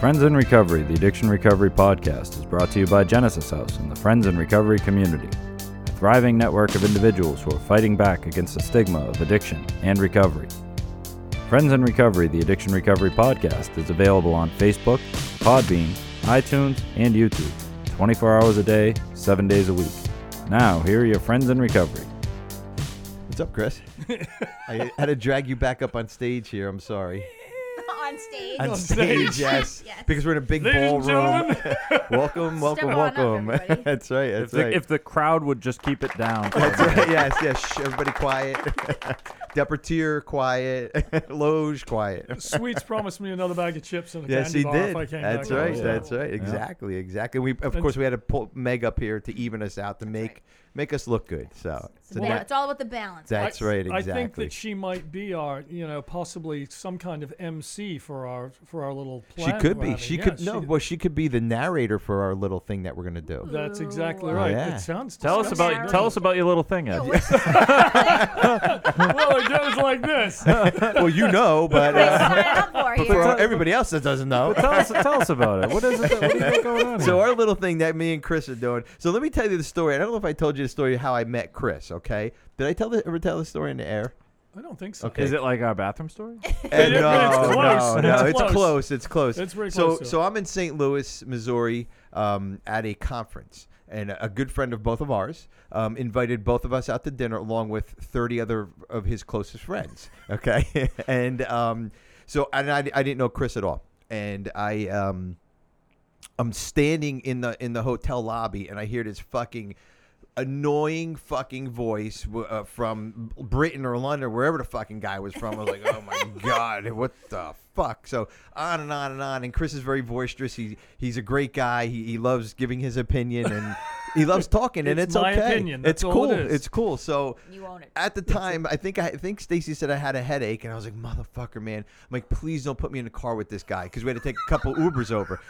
Friends in Recovery, the Addiction Recovery Podcast, is brought to you by Genesis House and the Friends in Recovery community, a thriving network of individuals who are fighting back against the stigma of addiction and recovery. Friends in Recovery, the Addiction Recovery Podcast, is available on Facebook, Podbean, iTunes, and YouTube, 24 hours a day, 7 days a week. Now, here are your Friends in Recovery. What's up, Chris? I had to drag you back up on stage here. I'm sorry. on stage. On stage. stage, yes. Yes. Because we're in a big Ladies and ballroom. gentlemen. welcome, welcome, on up, welcome. everybody. that's right. That's If right. the, if the crowd would just keep it down. that's right. Yes, yes. Shh, everybody quiet. Departier, quiet. Loge, quiet. Sweets promised me another bag of chips and a Yes, candy he bar did. if I came That's back. right. So, That's right. Exactly. Exactly. We of course we had to pull Meg up here to even us out to make make us look good. So, so Yeah, now- it's all about the balance. I- that's right. Exactly. I think that she might be our, you know, possibly some kind of MC for our for our little She plan. could we're be. having. She Yeah, could no. Well, she could be the narrator for our little thing that we're gonna do. That's exactly right. Oh, Yeah. It sounds. Tell us disgusting, about tell us doesn't about your little thing, Ed. We're so it? well, it goes like this. well, you know, but uh, signing up for but you. for everybody else that doesn't know. tell us tell us about it. What is it? That, what is that going on? So here? our little thing that me and Chris are doing. So let me tell you the story. I don't know if I told you the story of how I met Chris. Okay, did I tell the, ever tell the story in the air? I don't think so. Okay. is it like our bathroom story? And is- no, it's close. no, no, It's it's close. close. It's close. It's pretty so, close to so I'm in St. Louis, Missouri, um, at a conference, and a a good friend of both of ours um, invited both of us out to dinner along with 30 other of his closest friends. Okay, and um, so and I, I didn't know Chris at all, and I. Um, I'm standing in the in the hotel lobby and I hear this fucking annoying fucking voice w- uh, from Britain or London, wherever the fucking guy was from. I was like, oh my god, what the fuck? So on and on and on. And Chris is very boisterous. He he's a great guy. He, he loves giving his opinion and he loves talking and it's, It's my okay. opinion. It's That's all cool. it is. It's cool. So You own it. at the time, I think I, I think Stacy said I had a headache, and I was like, "Motherfucker, man!" I'm like, "Please don't put me in the car with this guy," because we had to take a couple Ubers over.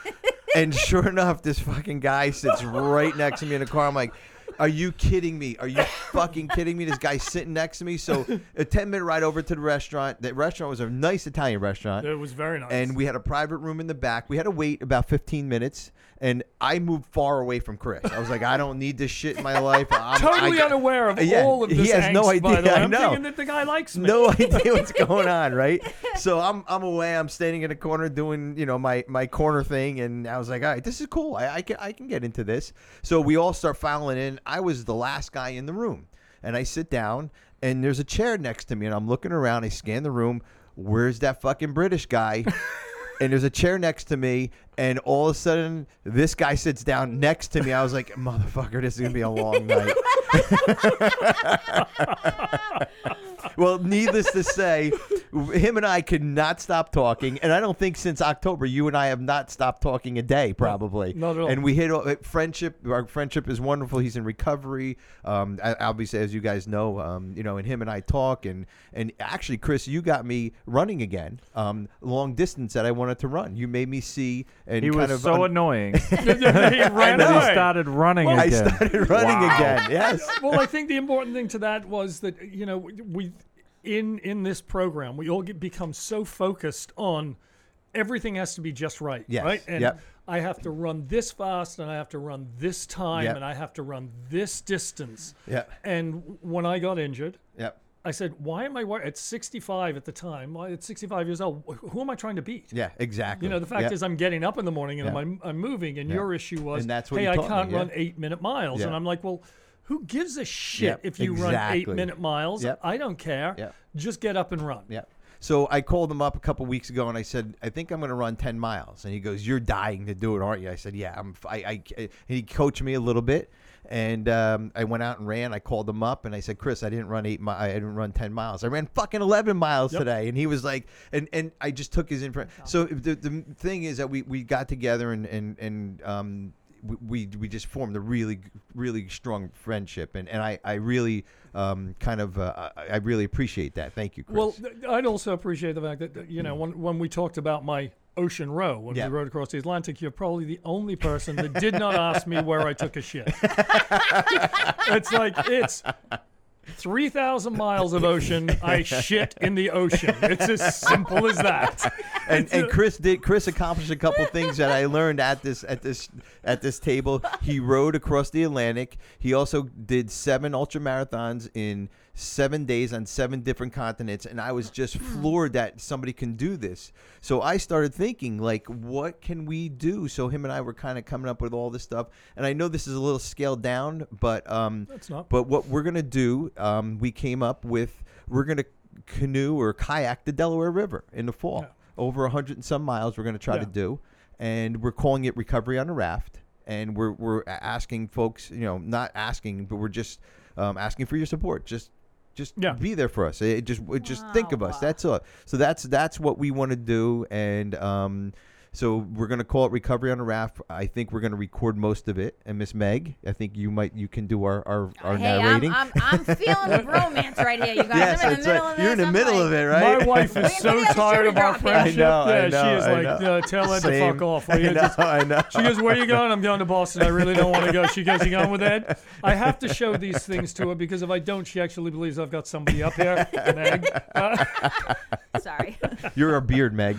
And sure enough, this fucking guy sits right next to me in the car. I'm like, "Are you kidding me? Are you fucking kidding me?" This guy's sitting next to me. So a ten minute ride over to the restaurant. That restaurant was a nice Italian restaurant. It was very nice. And we had a private room in the back. We had to wait about 15 minutes, and I moved far away from Chris. I was like, I don't need this shit in my life. I'm, totally I- unaware of Yeah, all of this. He has angst, no By idea. the way. I I'm know. thinking that the guy likes me. No idea what's going on, right? So I'm I'm away. I'm standing in a corner doing you know my my corner thing, and I was like, all right, this is cool. I, I can I can get into this. So we all start filing in. I was the last guy in the room, and I sit down, and there's a chair next to me, and I'm looking around. I scan the room. Where's that fucking British guy? and there's a chair next to me, and all of a sudden this guy sits down next to me. I was like, motherfucker, this is gonna be a long night. Well, needless to say, him and I could not stop talking, and I don't think since October you and I have not stopped talking a day, probably. not at all. And we hit all- uh, friendship. Our friendship is wonderful. He's in recovery. Um, I- obviously, as you guys know, um, you know, and him and I talk, and and actually, Chris, you got me running again, um, long distance that I wanted to run. You made me see and he kind was of so un- annoying he ran that he away. started running Well, I I again. started running Wow. again. Yes. well, I think the important thing to that was that you know we in in this program we all get become so focused on everything has to be just right, Yes, right? And yep. I have to run this fast, and I have to run this time, Yep. and I have to run this distance. Yep. And when I got injured, Yep. I said, "Why am I wor- at 65 at the time? why- At 65 years old, wh- who am I trying to beat?" Yeah. Exactly. You know, the fact Yep. is, I'm getting up in the morning and Yeah. I'm, I'm moving. And Yeah. your issue was, And that's what hey, you I taught me, can't yeah. run eight minute miles. Yeah. And I'm like, well, who gives a shit Yep, if you run eight exactly. minute miles? Yep. I don't care. Yep. Just get up and run. Yeah. So I called him up a couple weeks ago and I said, I think I'm going to run 10 miles. And he goes, You're dying to do it, aren't you? I said, Yeah. I'm, I, I, and he coached me a little bit. And um, I went out and ran. I called him up and I said, Chris, I didn't run eight. Mi- I didn't run ten miles. I ran fucking eleven miles today. And he was like, and and I just took his info. So the, the thing is that we, we got together and and and um, we, we we just formed a really really strong friendship. And and I I really um, kind of uh, I I really appreciate that. Thank you, Chris. Well, th- I'd also appreciate the fact that, that, you know, when, when we talked about my ocean row, when Yeah. we rode across the Atlantic, you're probably the only person that did not ask me where I took a shit. it's like, it's 3,000 miles of ocean, I shit in the ocean. It's as simple as that. and, and Chris did. Chris accomplished a couple things that I learned at this at this at this table. He rode across the Atlantic. He also did seven ultra marathons in seven days on seven different continents, and I was just floored that somebody can do this. So I started thinking, like, what can we do? So him and I were kind of coming up with all this stuff, and I know this is a little scaled down, but um, That's not- But what we're gonna do, um, we came up with. We're gonna canoe or kayak the Delaware River in the fall Yeah. over 100 and some miles we're going to try to Yeah. do and we're calling it recovery on a raft and we're, we're a- asking folks you know not asking but we're just um, asking for your support just just Yeah. be there for us it just it just think of us Wow. that's all so that's that's what we want to do and um, so we're going to call it recovery on a raft i think we're going to record most of it and miss meg i think you might you can do our our, our hey, narrating I'm, I'm, I'm feeling the romance right here, you guys. yes I'm in that's right the middle of this. you're in the I'm middle like, of it right My wife We're is so gonna have a tired of our sugar drop here. I friendship. know, I yeah, know, she is I like, know. uh, tell Ed to Same. fuck off. I Will you know, just I know. She goes, Where are you going? I'm going to Boston. I really don't want to go. She goes, You going with Ed? I have to show these things to her because if I don't, she actually believes I've got somebody up here. An egg. Uh, Sorry. You're a beard, Meg.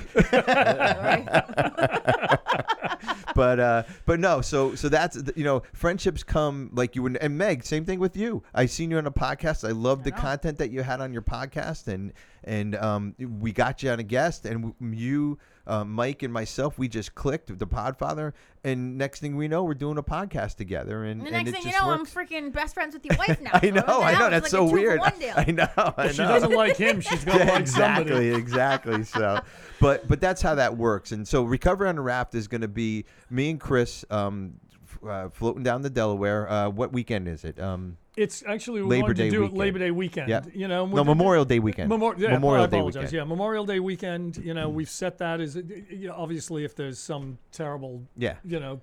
but uh, but no, so so that's you know friendships come like you would and Meg, same thing with you. I seen you on a podcast. I love the know. content that you had on your podcast, and and um, we got you on a guest, and w- you. Uh, Mike and myself, we just clicked with the Podfather, and next thing we know, we're doing a podcast together. And, And the and next it thing you just know, works. I'm freaking best friends with your wife now. I know, I know, that's so weird. I I, know, I know. Uh, she doesn't like him. She's going to Yeah, like exactly, somebody. exactly. So, but but that's how that works. And so, recovery on a raft is going to be me and Chris um, f- uh, floating down the Delaware. Uh, what weekend is it? Um, It's actually, we Labor wanted Day to do weekend. it Labor Day weekend. Yeah. You know, and no, we're- Memorial Day weekend. Memor- yeah, Memorial I Day apologize. weekend. Yeah, Memorial Day weekend. You know, we've set that as you know, obviously if there's some terrible, Yeah. you know,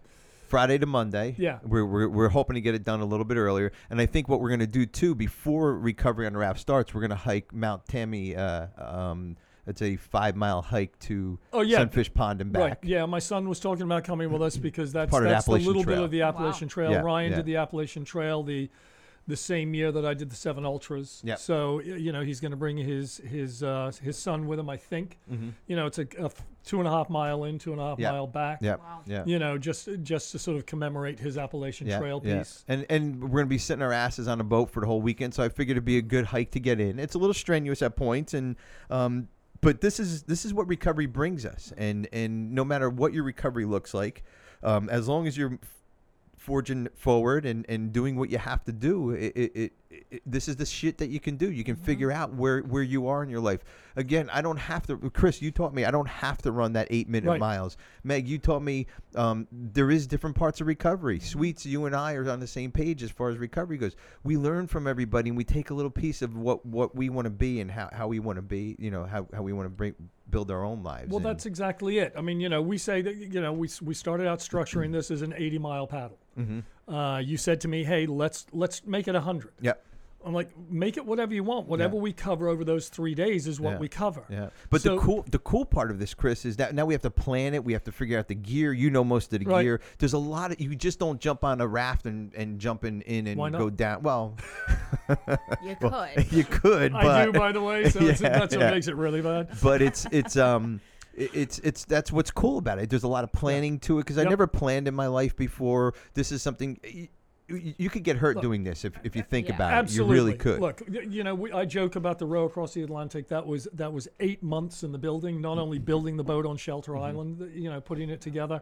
Friday to Monday. Yeah. We're, we're, we're hoping to get it done a little bit earlier. And I think what we're going to do too, before Recovery on the Raft starts, we're going to hike Mount Tammy. Uh, um, it's a five mile hike to Oh, yeah. Sunfish Pond and back. Mm-hmm. Right. Yeah, my son was talking about coming with us because that's Part of the that's the Appalachian little Trail. bit of the Appalachian Trail. Yeah, Ryan yeah. did the Appalachian Trail the the same year that I did the Seven Ultras. Yeah. So y- you know he's going to bring his his uh, his son with him. I think. You know it's a, a f- two and a half mile in, two and a half Mm-hmm. Yeah, mile back. Yeah. Wow. Yeah. You know just just to sort of commemorate his Appalachian Trail piece. And and we're gonna be sitting our asses on a boat for the whole weekend, so I figured it'd be a good hike to get in. It's a little strenuous at points, and um, but this is this is what recovery brings us, and and no matter what your recovery looks like, um, as long as you're forging forward and, and doing what you have to do it, it, it, it this is the shit that you can do you Mm-hmm. can figure out where where you are in your life again i don't have to chris you taught me i don't have to run that eight minute Right. miles meg you taught me um, there is different parts of recovery Mm-hmm. sweets you and i are on the same page as far as recovery goes we learn from everybody and we take a little piece of what what we want to be and how, how we want to be you know how, how we want to bring build our own lives Well, and- that's exactly it. I mean, you know, we say that, you know, we, s- we started out structuring this as an 80 mile paddle. Mm-hmm. Uh, you said to me, hey, let's let's make it 100. yeah I'm like, make it whatever you want. Whatever we cover over those three days is what Yeah. we cover. Yeah, but the So- cool the cool part of this, Chris, is that now we have to plan it. We have to figure out the gear. You know most of the Right. gear. There's a lot of you just don't jump on a raft and and jumping in and Why not? go down. Well, you well, could. you could, but I do, by the way. So it's, Yeah, that's yeah. what makes it really bad. but it's it's um i- it's it's that's what's cool about it. There's a lot of planning to it because I Yep. never planned in my life before. This is something. y- y- You could get hurt doing this if, if you think yeah. about Absolutely. it. Uh, You really could. Look, y- you know, we, I joke about the row across the Atlantic. That was that was eight months in the building. Not only building the boat on Shelter Mm-hmm. Island, you know, putting it together,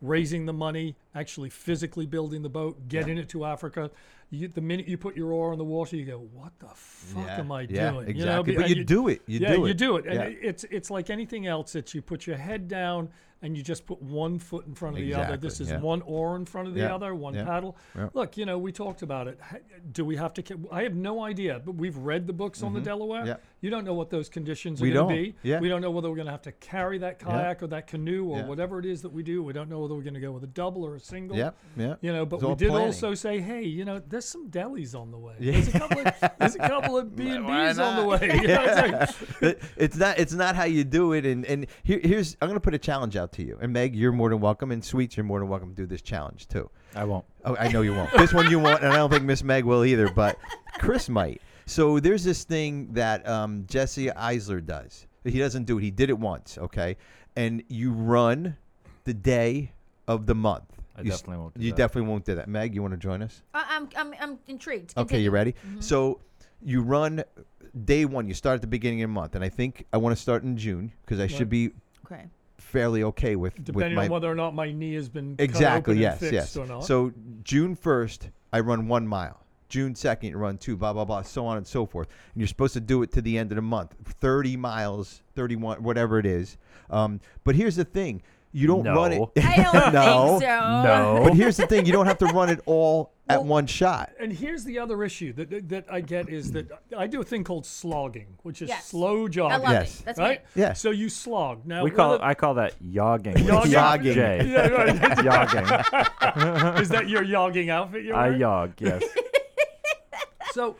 raising the money, actually physically building the boat, getting it to Africa. You, the minute you put your oar on the water, you go, "What the fuck Yeah, am I yeah, doing?" Exactly. You know, be- but and you, do it. You yeah, do it. you do it, and Yeah. it- it's it's like anything else. It's you put your head down and you just put one foot in front of the other. Exactly, This is yeah. one oar in front of the Yeah, other, one yeah, paddle. yeah. Look, you know, we talked about it. Ha- Do we have to? ca- I have no idea, but we've read the books on the Delaware. Mm-hmm. yeah. You don't know what those conditions We are going to don't, be. yeah. We don't know whether we're going to have to carry that kayak or that canoe or Yeah. whatever it is that we do. We don't know whether we're going to go with a double or a single. Yep, yep. You know, but It's all we did planning. also say, hey, you know, there's some delis on the way. There's a couple of there's a couple of B and B's on the not? way. You know, it's like- It- it's not it's not how you do it and and here, here's i'm going to put a challenge out to you and meg you're more than welcome and sweets you're more than welcome to do this challenge too I won't. oh i know you won't this one you won't and i don't think miss meg will either but chris might So there's this thing that um, Jesse Eisler does. He doesn't do it. He did it once, okay? And you run the day of the month. I You s- definitely won't do You that. definitely won't do that. Meg, you want to join us? I- I'm, I'm, I'm intrigued. Okay, you Continue. ready? Mm-hmm. So you run day one. You start at the beginning of the month, and I think I want to start in June because I should Right. be Okay. fairly okay with Depending with on my whether or not my knee has been cut exactly. open and Yes, fixed yes. or not. So June first, I run one mile. June second, you run two. Blah blah blah, so on and so forth. And you're supposed to do it to the end of the month, thirty miles, thirty-one, whatever it is. Um, but here's the thing: you don't run it. No. I don't No. think so. No. But here's the thing: you don't have to run it all at Well- one shot. and here's the other issue that that- that I get is that I do a thing called slogging, which is Yes. slow I jogging. love Yes. it. That's right? me. Yeah. So you slog. Now We call whether- I call that yogging. with Yogging. Yogging. J. Yeah, right. Yogging. is that your yogging outfit you're I wearing? yog. Yes. So,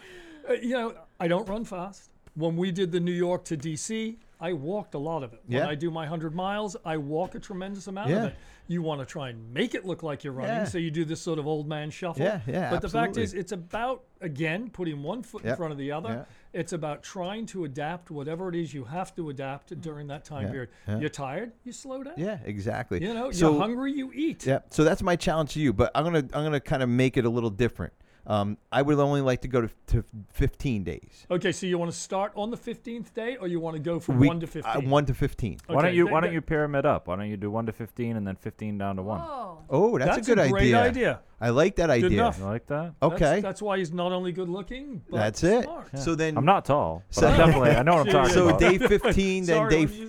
uh, you know, I don't run fast. When we did the New York to DC, I walked a lot of it. When Yeah. I do my 100 miles, I walk a tremendous amount Yeah. of it. You want to try and make it look like you're running, Yeah. so you do this sort of old man shuffle. Yeah, yeah, But the fact absolutely. is, it's about, again, putting one foot Yeah, in front of the other. yeah. It's about trying to adapt whatever it is you have to adapt during that Mm. time Yeah, period. yeah. You're tired, you slow down. Yeah, exactly. You know, so, you're hungry, you eat. Yeah. So that's my challenge to you, but I'm gonna I'm gonna kind of make it a little different. Um, I would only like to go to, to 15 days. Okay, so you want to start on the 15th day or you want to go from We- 1 to 15? Uh, one to 15. Why don't Okay, you th- Why don't th- you pyramid up? Why don't you do one to fifteen and then fifteen down to one? Oh. Oh, that's, That's a good a great idea. idea. I like that idea. enough. You like that? Okay. That's, that's why he's not only good looking, but That's it. smart. So then I'm not tall, but So- I'm definitely I know what I'm Yeah, talking yeah, so about. day 15 then day Sorry, what did you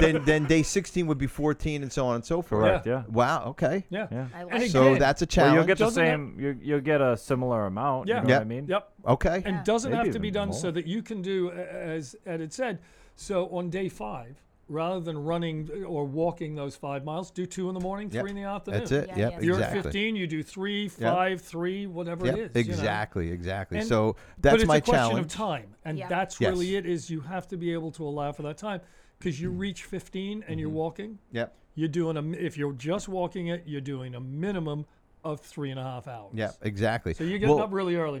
then then day 16 would be 14 and so on and so forth. Correct. Yeah. Yeah. Wow, okay. Yeah. Yeah. I And like again- So Yeah. that's a Well, challenge. you'll get the Doesn't it- same. You, you'll get a similar amount. Yeah. You know Yeah. what I mean? Yep. okay. And doesn't Maybe have to be even done more. so that you can do, a- as Ed had said, so on day five, rather than running or walking those five miles, do two in the morning, Yep. three in the afternoon. That's it. Yeah, yep, yeah. You're exactly. at 15, you do three, Yep. five, three, whatever Yep, it is. you know. exactly, exactly. And- so But that's it's my a question challenge. of time. And Yeah. that's Yes. Mm. really it is you have to be able to allow for that time because you reach 15 and you're Mm-hmm. walking, Yep. you're doing a, mi- if you're just walking it, you're doing a minimum of three and a half hours. Yep, exactly. So you're getting Well, up really early,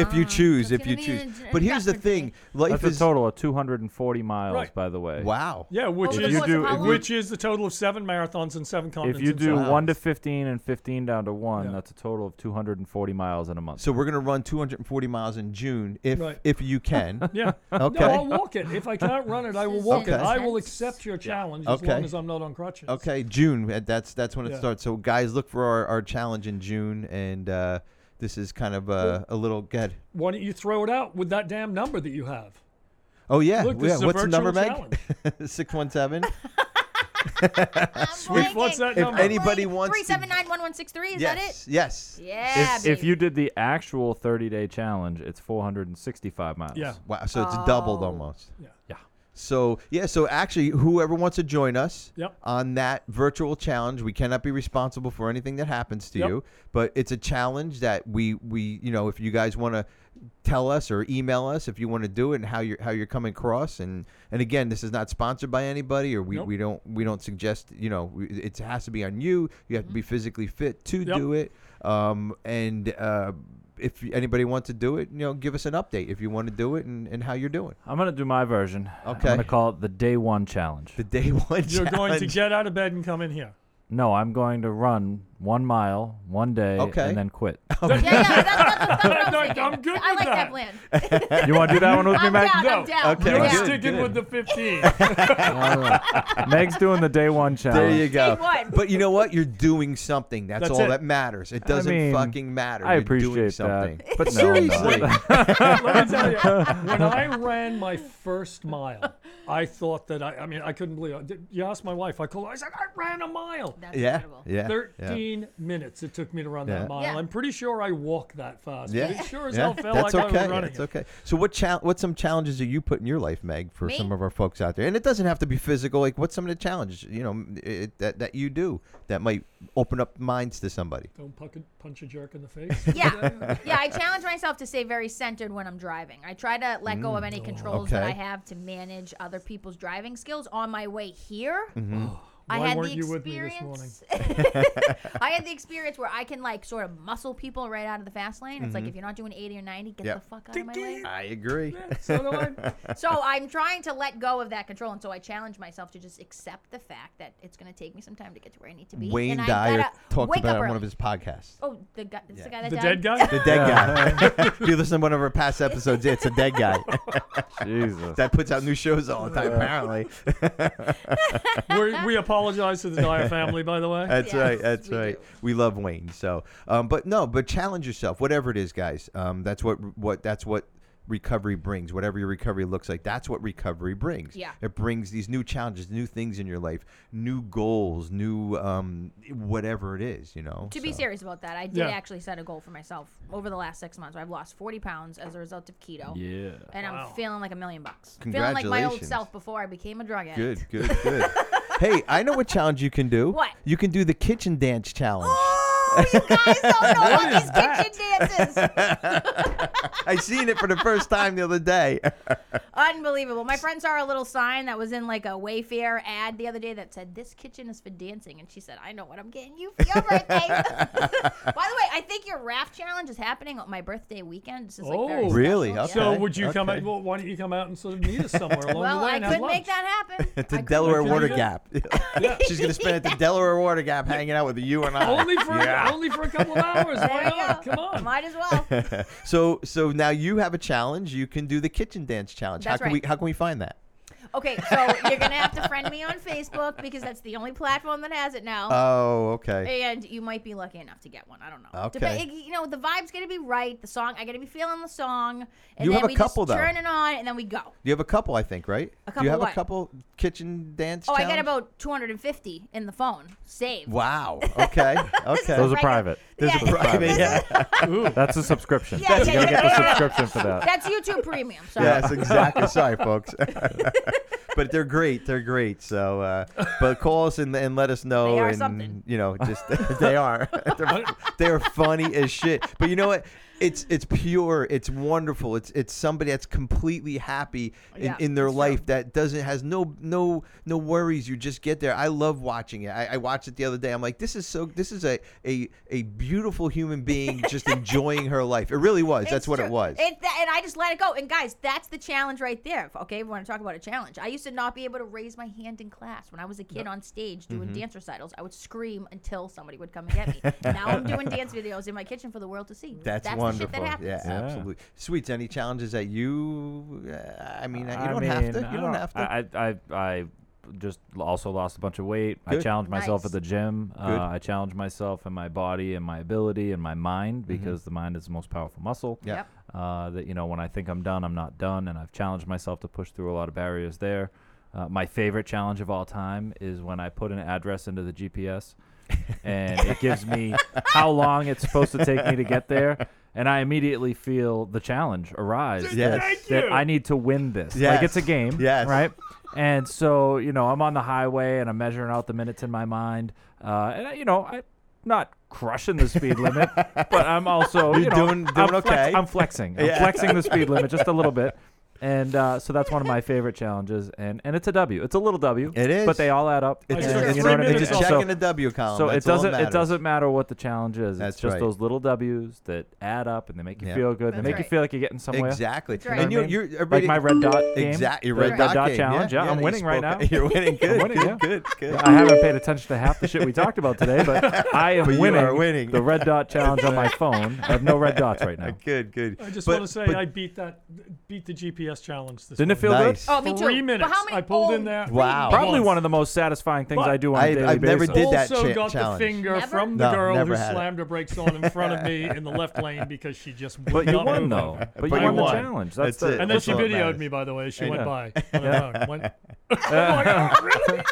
if you choose, if Um, gonna you be choose. an ad- But here's the thing: adjustment life That's is a total of 240 miles, Right. by the way. wow. yeah, which Over If the is you course do- of how if long? which is the total of seven marathons and seven continents. If you in do seven Wow. one to hours. 15 and 15 down to one, Yeah. that's a total of 240 miles in a month. So we're gonna run 240 miles in June if Right. if you can. yeah, Okay. no, I'll walk it. If I can't run it, I will walk it. Okay. I will accept your challenge as Okay. long as I'm not on crutches. Okay, June. uh, That's that's when it Yeah. starts. So guys, look for our, our challenge in June, and uh, this is kind of uh, a little good. Why don't you throw it out with that damn number that you have? Oh yeah, Look, this yeah. is a What's the number, virtual Meg? Six one seven. I'm If- what's that blanking. If I'm number? anybody blanking. wants to- 3791663, is that it? Yes, yes. Yeah. if, if baby. you did the actual 30 day challenge, it's 465 miles. Yeah. Wow. So it's doubled Oh. almost. Yeah. Yeah. So yeah. So actually, whoever wants to join us Yep. on that virtual challenge, we cannot be responsible for anything that happens to Yep. you, but it's a challenge that we we you know if you guys want to tell us or email us if you want to do it and how you're how you're coming across and and again this is not sponsored by anybody or we, Nope. we don't we don't suggest you know we- it has to be on you you have to be physically fit to Mm-hmm. Yep. do it um and uh if anybody wants to do it, you know, give us an update if you want to do it and, and how you're doing. I'm going to do my version. I'm Okay. going to call it the day one challenge. The day one You're going to challenge. get out of bed and come in here. No, I'm going to run one mile one day Okay. and then quit. Oh, yeah, yeah, that's, that's, that's what I was I'm thinking. good I with like that. that plan. you want to do that one with me, I'm Meg? down. I'm No. down. Okay. You're I'm Yeah. down. sticking good. with the 15. Meg's doing the day one challenge. There you go. Day one. But you know what? You're doing something. That's, That's all it. that matters. It doesn't mean, fucking matter. I You're doing appreciate something. that. But no, I'm not. Seriously. Let me tell you, when I ran my first mile, I thought that I, I mean, I couldn't believe it. You asked my wife, I called her, I said, I ran a mile. That's yeah. incredible. Yeah. 13 minutes it took me to run Yeah. that mile. Yeah. I'm pretty sure I walked that fast. Yeah. But it sure as Yeah. hell felt That's like okay. I was running. That's it. okay. So what chal- what some challenges do you put in your life, Meg, for Me? some of our folks out there? And it doesn't have to be physical. Like what's some of the challenges, you know, m- it, that that you do that might open up minds to somebody? Don't puck a, punch a jerk in the face. Yeah. yeah, I challenge myself to stay very centered when I'm driving. I try to let go of any controls that I okay. have to manage other people's driving skills on my way here. Oh, Why I had weren't the you with me this morning? experience. I had the experience where I can like sort of muscle people right out of the fast lane. It's like if you're not doing 80 or 90, get Yeah. the fuck out of my way. I agree. so do I. So I'm trying to let go of that control, and so I challenge myself to just accept the fact that it's going to take me some time to get to where I need to be. Wayne and I Dyer gotta talked wake about it up on one early. of his podcasts. Oh, the guy, it's the guy that The died? dead guy? The dead guy. if you listen to one of our past episodes, it's a dead guy Jesus. that puts out new shows all the time. Apparently, We're, we apologize to the Dyer family, by the way. that's Yes, right. That's we right. do. We love Wayne. So, um, but no, but challenge yourself, whatever it is, guys. Um, that's what what that's what recovery brings. Whatever your recovery looks like, that's what recovery brings. Yeah. it brings these new challenges, new things in your life, new goals, new um, whatever it is. You know. To be So, serious about that, I did Yeah. actually set a goal for myself over the last six months. I've lost 40 pounds as a result of keto, Yeah. and Wow. I'm feeling like a million bucks. Feeling like my old Congratulations. self before I became a drug addict. Good. Good. Good. hey, I know what challenge you can do. What? You can do the kitchen dance challenge. Oh, you guys don't know about these kitchen dances. I seen it for the first time the other day. Unbelievable. My friend saw a little sign that was in like a Wayfair ad the other day that said, This kitchen is for dancing. And she said, I know what I'm getting you for your birthday. By the way, I think your raft challenge is happening on my birthday weekend. This is like very Oh. Really? special. Okay. So would you come okay. out? Well, why don't you come out and sort of meet us somewhere along Well, the way? I and have could make lunch? that happen. I The could Delaware make you Water do? Gap. She's gonna spend at the Delaware Water Gap hanging out with you and I. Only for only for a couple of hours. that- Why There you not? go. Come on. Might as well. So so now you have a challenge. You can do the kitchen dance challenge. how That's can right. we how can we find that? Okay, so you're going to have to friend me on Facebook because that's the only platform that has it now. Oh, okay. and you might be lucky enough to get one. I don't know. Okay. Dep- you know, the vibe's gonna be right. The song, I gotta be feeling the song. And You then have a we couple, though. just turn it on, and then we go. You have a couple, I think, right? A do you couple have a what? couple kitchen dance? Oh, I challenge? got about 250 in the phone. Saved. Wow. Okay. Those Okay. are Right. private. Those are Private, Yeah. Private. yeah. That's a subscription. Yeah, you gotta yeah, yeah, get the yeah, yeah. subscription for that. That's YouTube Premium. Sorry. Yes, exactly. Sorry, folks. but they're great. They're great. So, uh, but call us and, and let us know. They are and, something. You know, just they are. they're, they're funny as shit. But you know what? It's it's pure. It's wonderful. It's it's somebody that's completely happy in, Yeah, in their it's true. life that doesn't has no no no worries. You just get there. I love watching it. I, I watched it the other day. I'm like, this is so. This is a a, a beautiful human being just enjoying her life. It really was. It's that's what it true. was. It, tha- and I just let it go. And guys, that's the challenge right there. Okay, we want to talk about a challenge. I used to not be able to raise my hand in class when I was a kid on stage doing Mm-hmm. dance recitals. I would scream until somebody would come and get me. now I'm doing dance videos in my kitchen for the world to see. That's, The wonderful. shit that happens. yeah, Yeah. absolutely. Sweets, any challenges that you? Uh, I mean, uh, you I don't have to. mean, I You don't have to. I, I, I I just also lost a bunch of weight. I Good. challenged myself at Nice. the gym. Good. Uh, I challenged myself in my body and my ability and my mind because the mind is the most powerful muscle. Mm-hmm. Yeah. Yep. Uh, that you know, when I think I'm done, I'm not done, and I've challenged myself to push through a lot of barriers there. Uh, my favorite challenge of all time is when I put an address into the GPS, and it gives me how long it's supposed to take me to get there, and I immediately feel the challenge arise. that- Yes. that you. I need to win this. Yes. Like it's a game. Yes. Right. And so you know, I'm on the highway and I'm measuring out the minutes in my mind, uh, and I, you know, I. Not crushing the speed limit, but I'm also you You're know, doing- doing I'm flex- okay. I'm flexing. I'm Yeah. flexing the speed limit just a little bit. And uh, so that's one of my favorite challenges, and, and it's a W. It's a little W. It is. but they all add up. it's I and took a, a it's, three what I mean? it's a minute check So- in a W column. so it That's all doesn't that it doesn't matter what the challenge is. That's it's just right. those little W's that add up and they make you Yeah. feel good. That's they make right. you feel like you're getting somewhere. Exactly. That's right. And You know you're, what I mean? you're everybody- like my red dot game. Exactly. Your The red, red dot, dot, game. challenge. Yeah, Yeah, I'm you winning right spoke- now. You're winning. Good. winning, good, yeah. good. Good. I haven't paid attention to half the shit we talked about today, but I am But you winning, are winning. the red dot challenge on my phone. I have no red dots right now. Good. Good. I just But- want to say but I beat that beat the GPS challenge this Didn't it morning. feel nice. good? Oh, me too. Three But minutes. how many- I pulled oh, in there. Wow. Probably Once. one of the most satisfying things But I do on I- a daily I've never basis. did that also cha- got challenge. the finger Never? from the No, girl never who had it. slammed her brakes on in front of me in the left lane because she just would But you not won move. though. But, But you you won the won. challenge. That's, That's the, it. And then That's she all that videoed matters. me, by the way. She I went know. by on her own. Went, oh my God, really?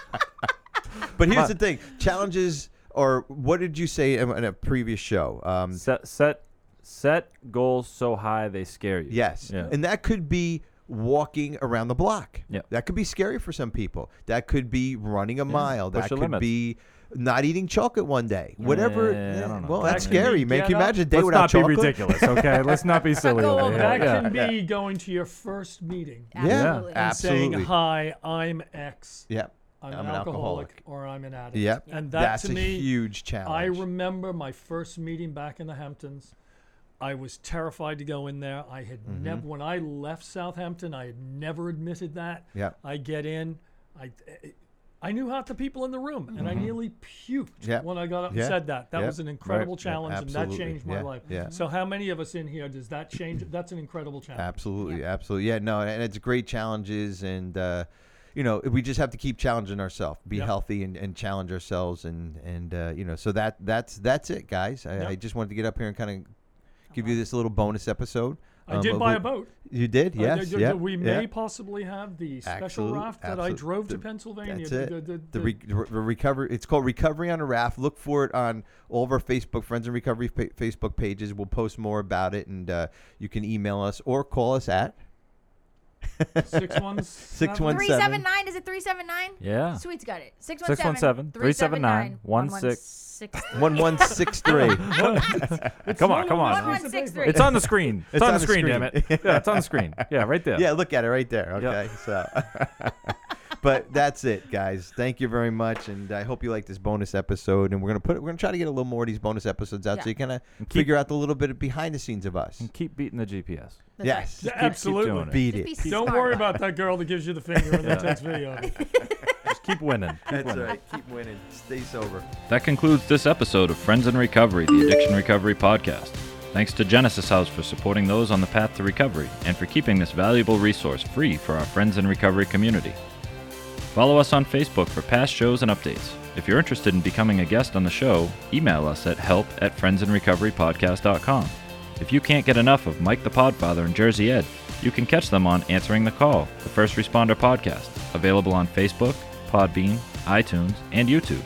But here's on. the thing. Challenges. Or what did you say in in a previous show? Um, set set set goals so high they scare you. Yes. Yeah. And that could be walking around the block. Yeah. That could be scary for some people. That could be running a mile. Push That your could limits. be not eating chocolate one day. Whatever. Yeah, I don't know. well, That that's could be scary, man. Can you get up. imagine a day Let's without not chocolate? be ridiculous, okay? Let's not be silly. Go over over here. That Yeah. can be going to your first meeting Yeah. Absolutely. Abs- saying, Absolutely. Hi, I'm X. Yeah. I'm, I'm an, an alcoholic, alcoholic. or I'm an addict. Yep. And that That's to a me, huge I challenge. remember my first meeting back in the Hamptons. I was terrified to go in there. I had Mm-hmm. never, when I left Southampton, I had never admitted that. Yep. I get in, I, I knew half the people in the room, and I Mm-hmm. nearly puked Yep. when I got up Yep. and said that. That Yep. was an incredible Yep. challenge, and that Absolutely. changed my Yeah. life. Yeah. So, how many of us in here does that change? That's an incredible challenge. Absolutely, absolutely. Yeah, no, and it's great challenges, and uh, you know, we just have to keep challenging ourselves, be Yeah. healthy, and, and challenge ourselves, and and uh, you know, so that that's that's it, guys. I, Yeah. I just wanted to get up here and kind of give you this little bonus episode. I um, did of buy what- a boat. You did, Uh, there- yes. there- yeah, we yeah. may possibly have the special Absolute- raft that I absolute- drove to the- Pennsylvania. That's the- it. the- the- the, the- re- the re- recovery. It's called Recovery on a Raft. Look for it on all of our Facebook Friends and Recovery fa- Facebook pages. We'll post more about it, and uh, you can email us or call us at Six ones. Six one- Three seven nine. Is it three seven nine? Yeah. Sweet's got it. 617, 617 379 379, 1163. one one six three. Come on, come on. One, one, six, three. It's on the screen. It's, on, the screen, damn it. Yeah, it's on the screen. Yeah, right there. Yeah, look at it right there. Yeah. Okay, so. but that's it, guys. Thank you very much, and I hope you like this bonus episode. And we're gonna put we're gonna try to get a little more of these bonus episodes out, Yeah. so you kind of And keep- figure out the little bit of behind the scenes of us. Keep beating the GPS. That's right. yes, Yeah, keep doing Absolutely. it. beat Just it. be Don't smart. worry about that girl that gives you the finger and then takes video. of it. Just keep winning. Keep That's winning. right. Keep winning. Stay sober. That concludes this episode of Friends in Recovery, the Addiction Recovery Podcast. Thanks to Genesis House for supporting those on the path to recovery and for keeping this valuable resource free for our Friends in Recovery community. Follow us on Facebook for past shows and updates. If you're interested in becoming a guest on the show, email us at help at friendsinrecoverypodcast.com. If you can't get enough of Mike the Podfather and Jersey Ed, you can catch them on Answering the Call, the First Responder podcast, available on Facebook, Podbean, iTunes, and YouTube.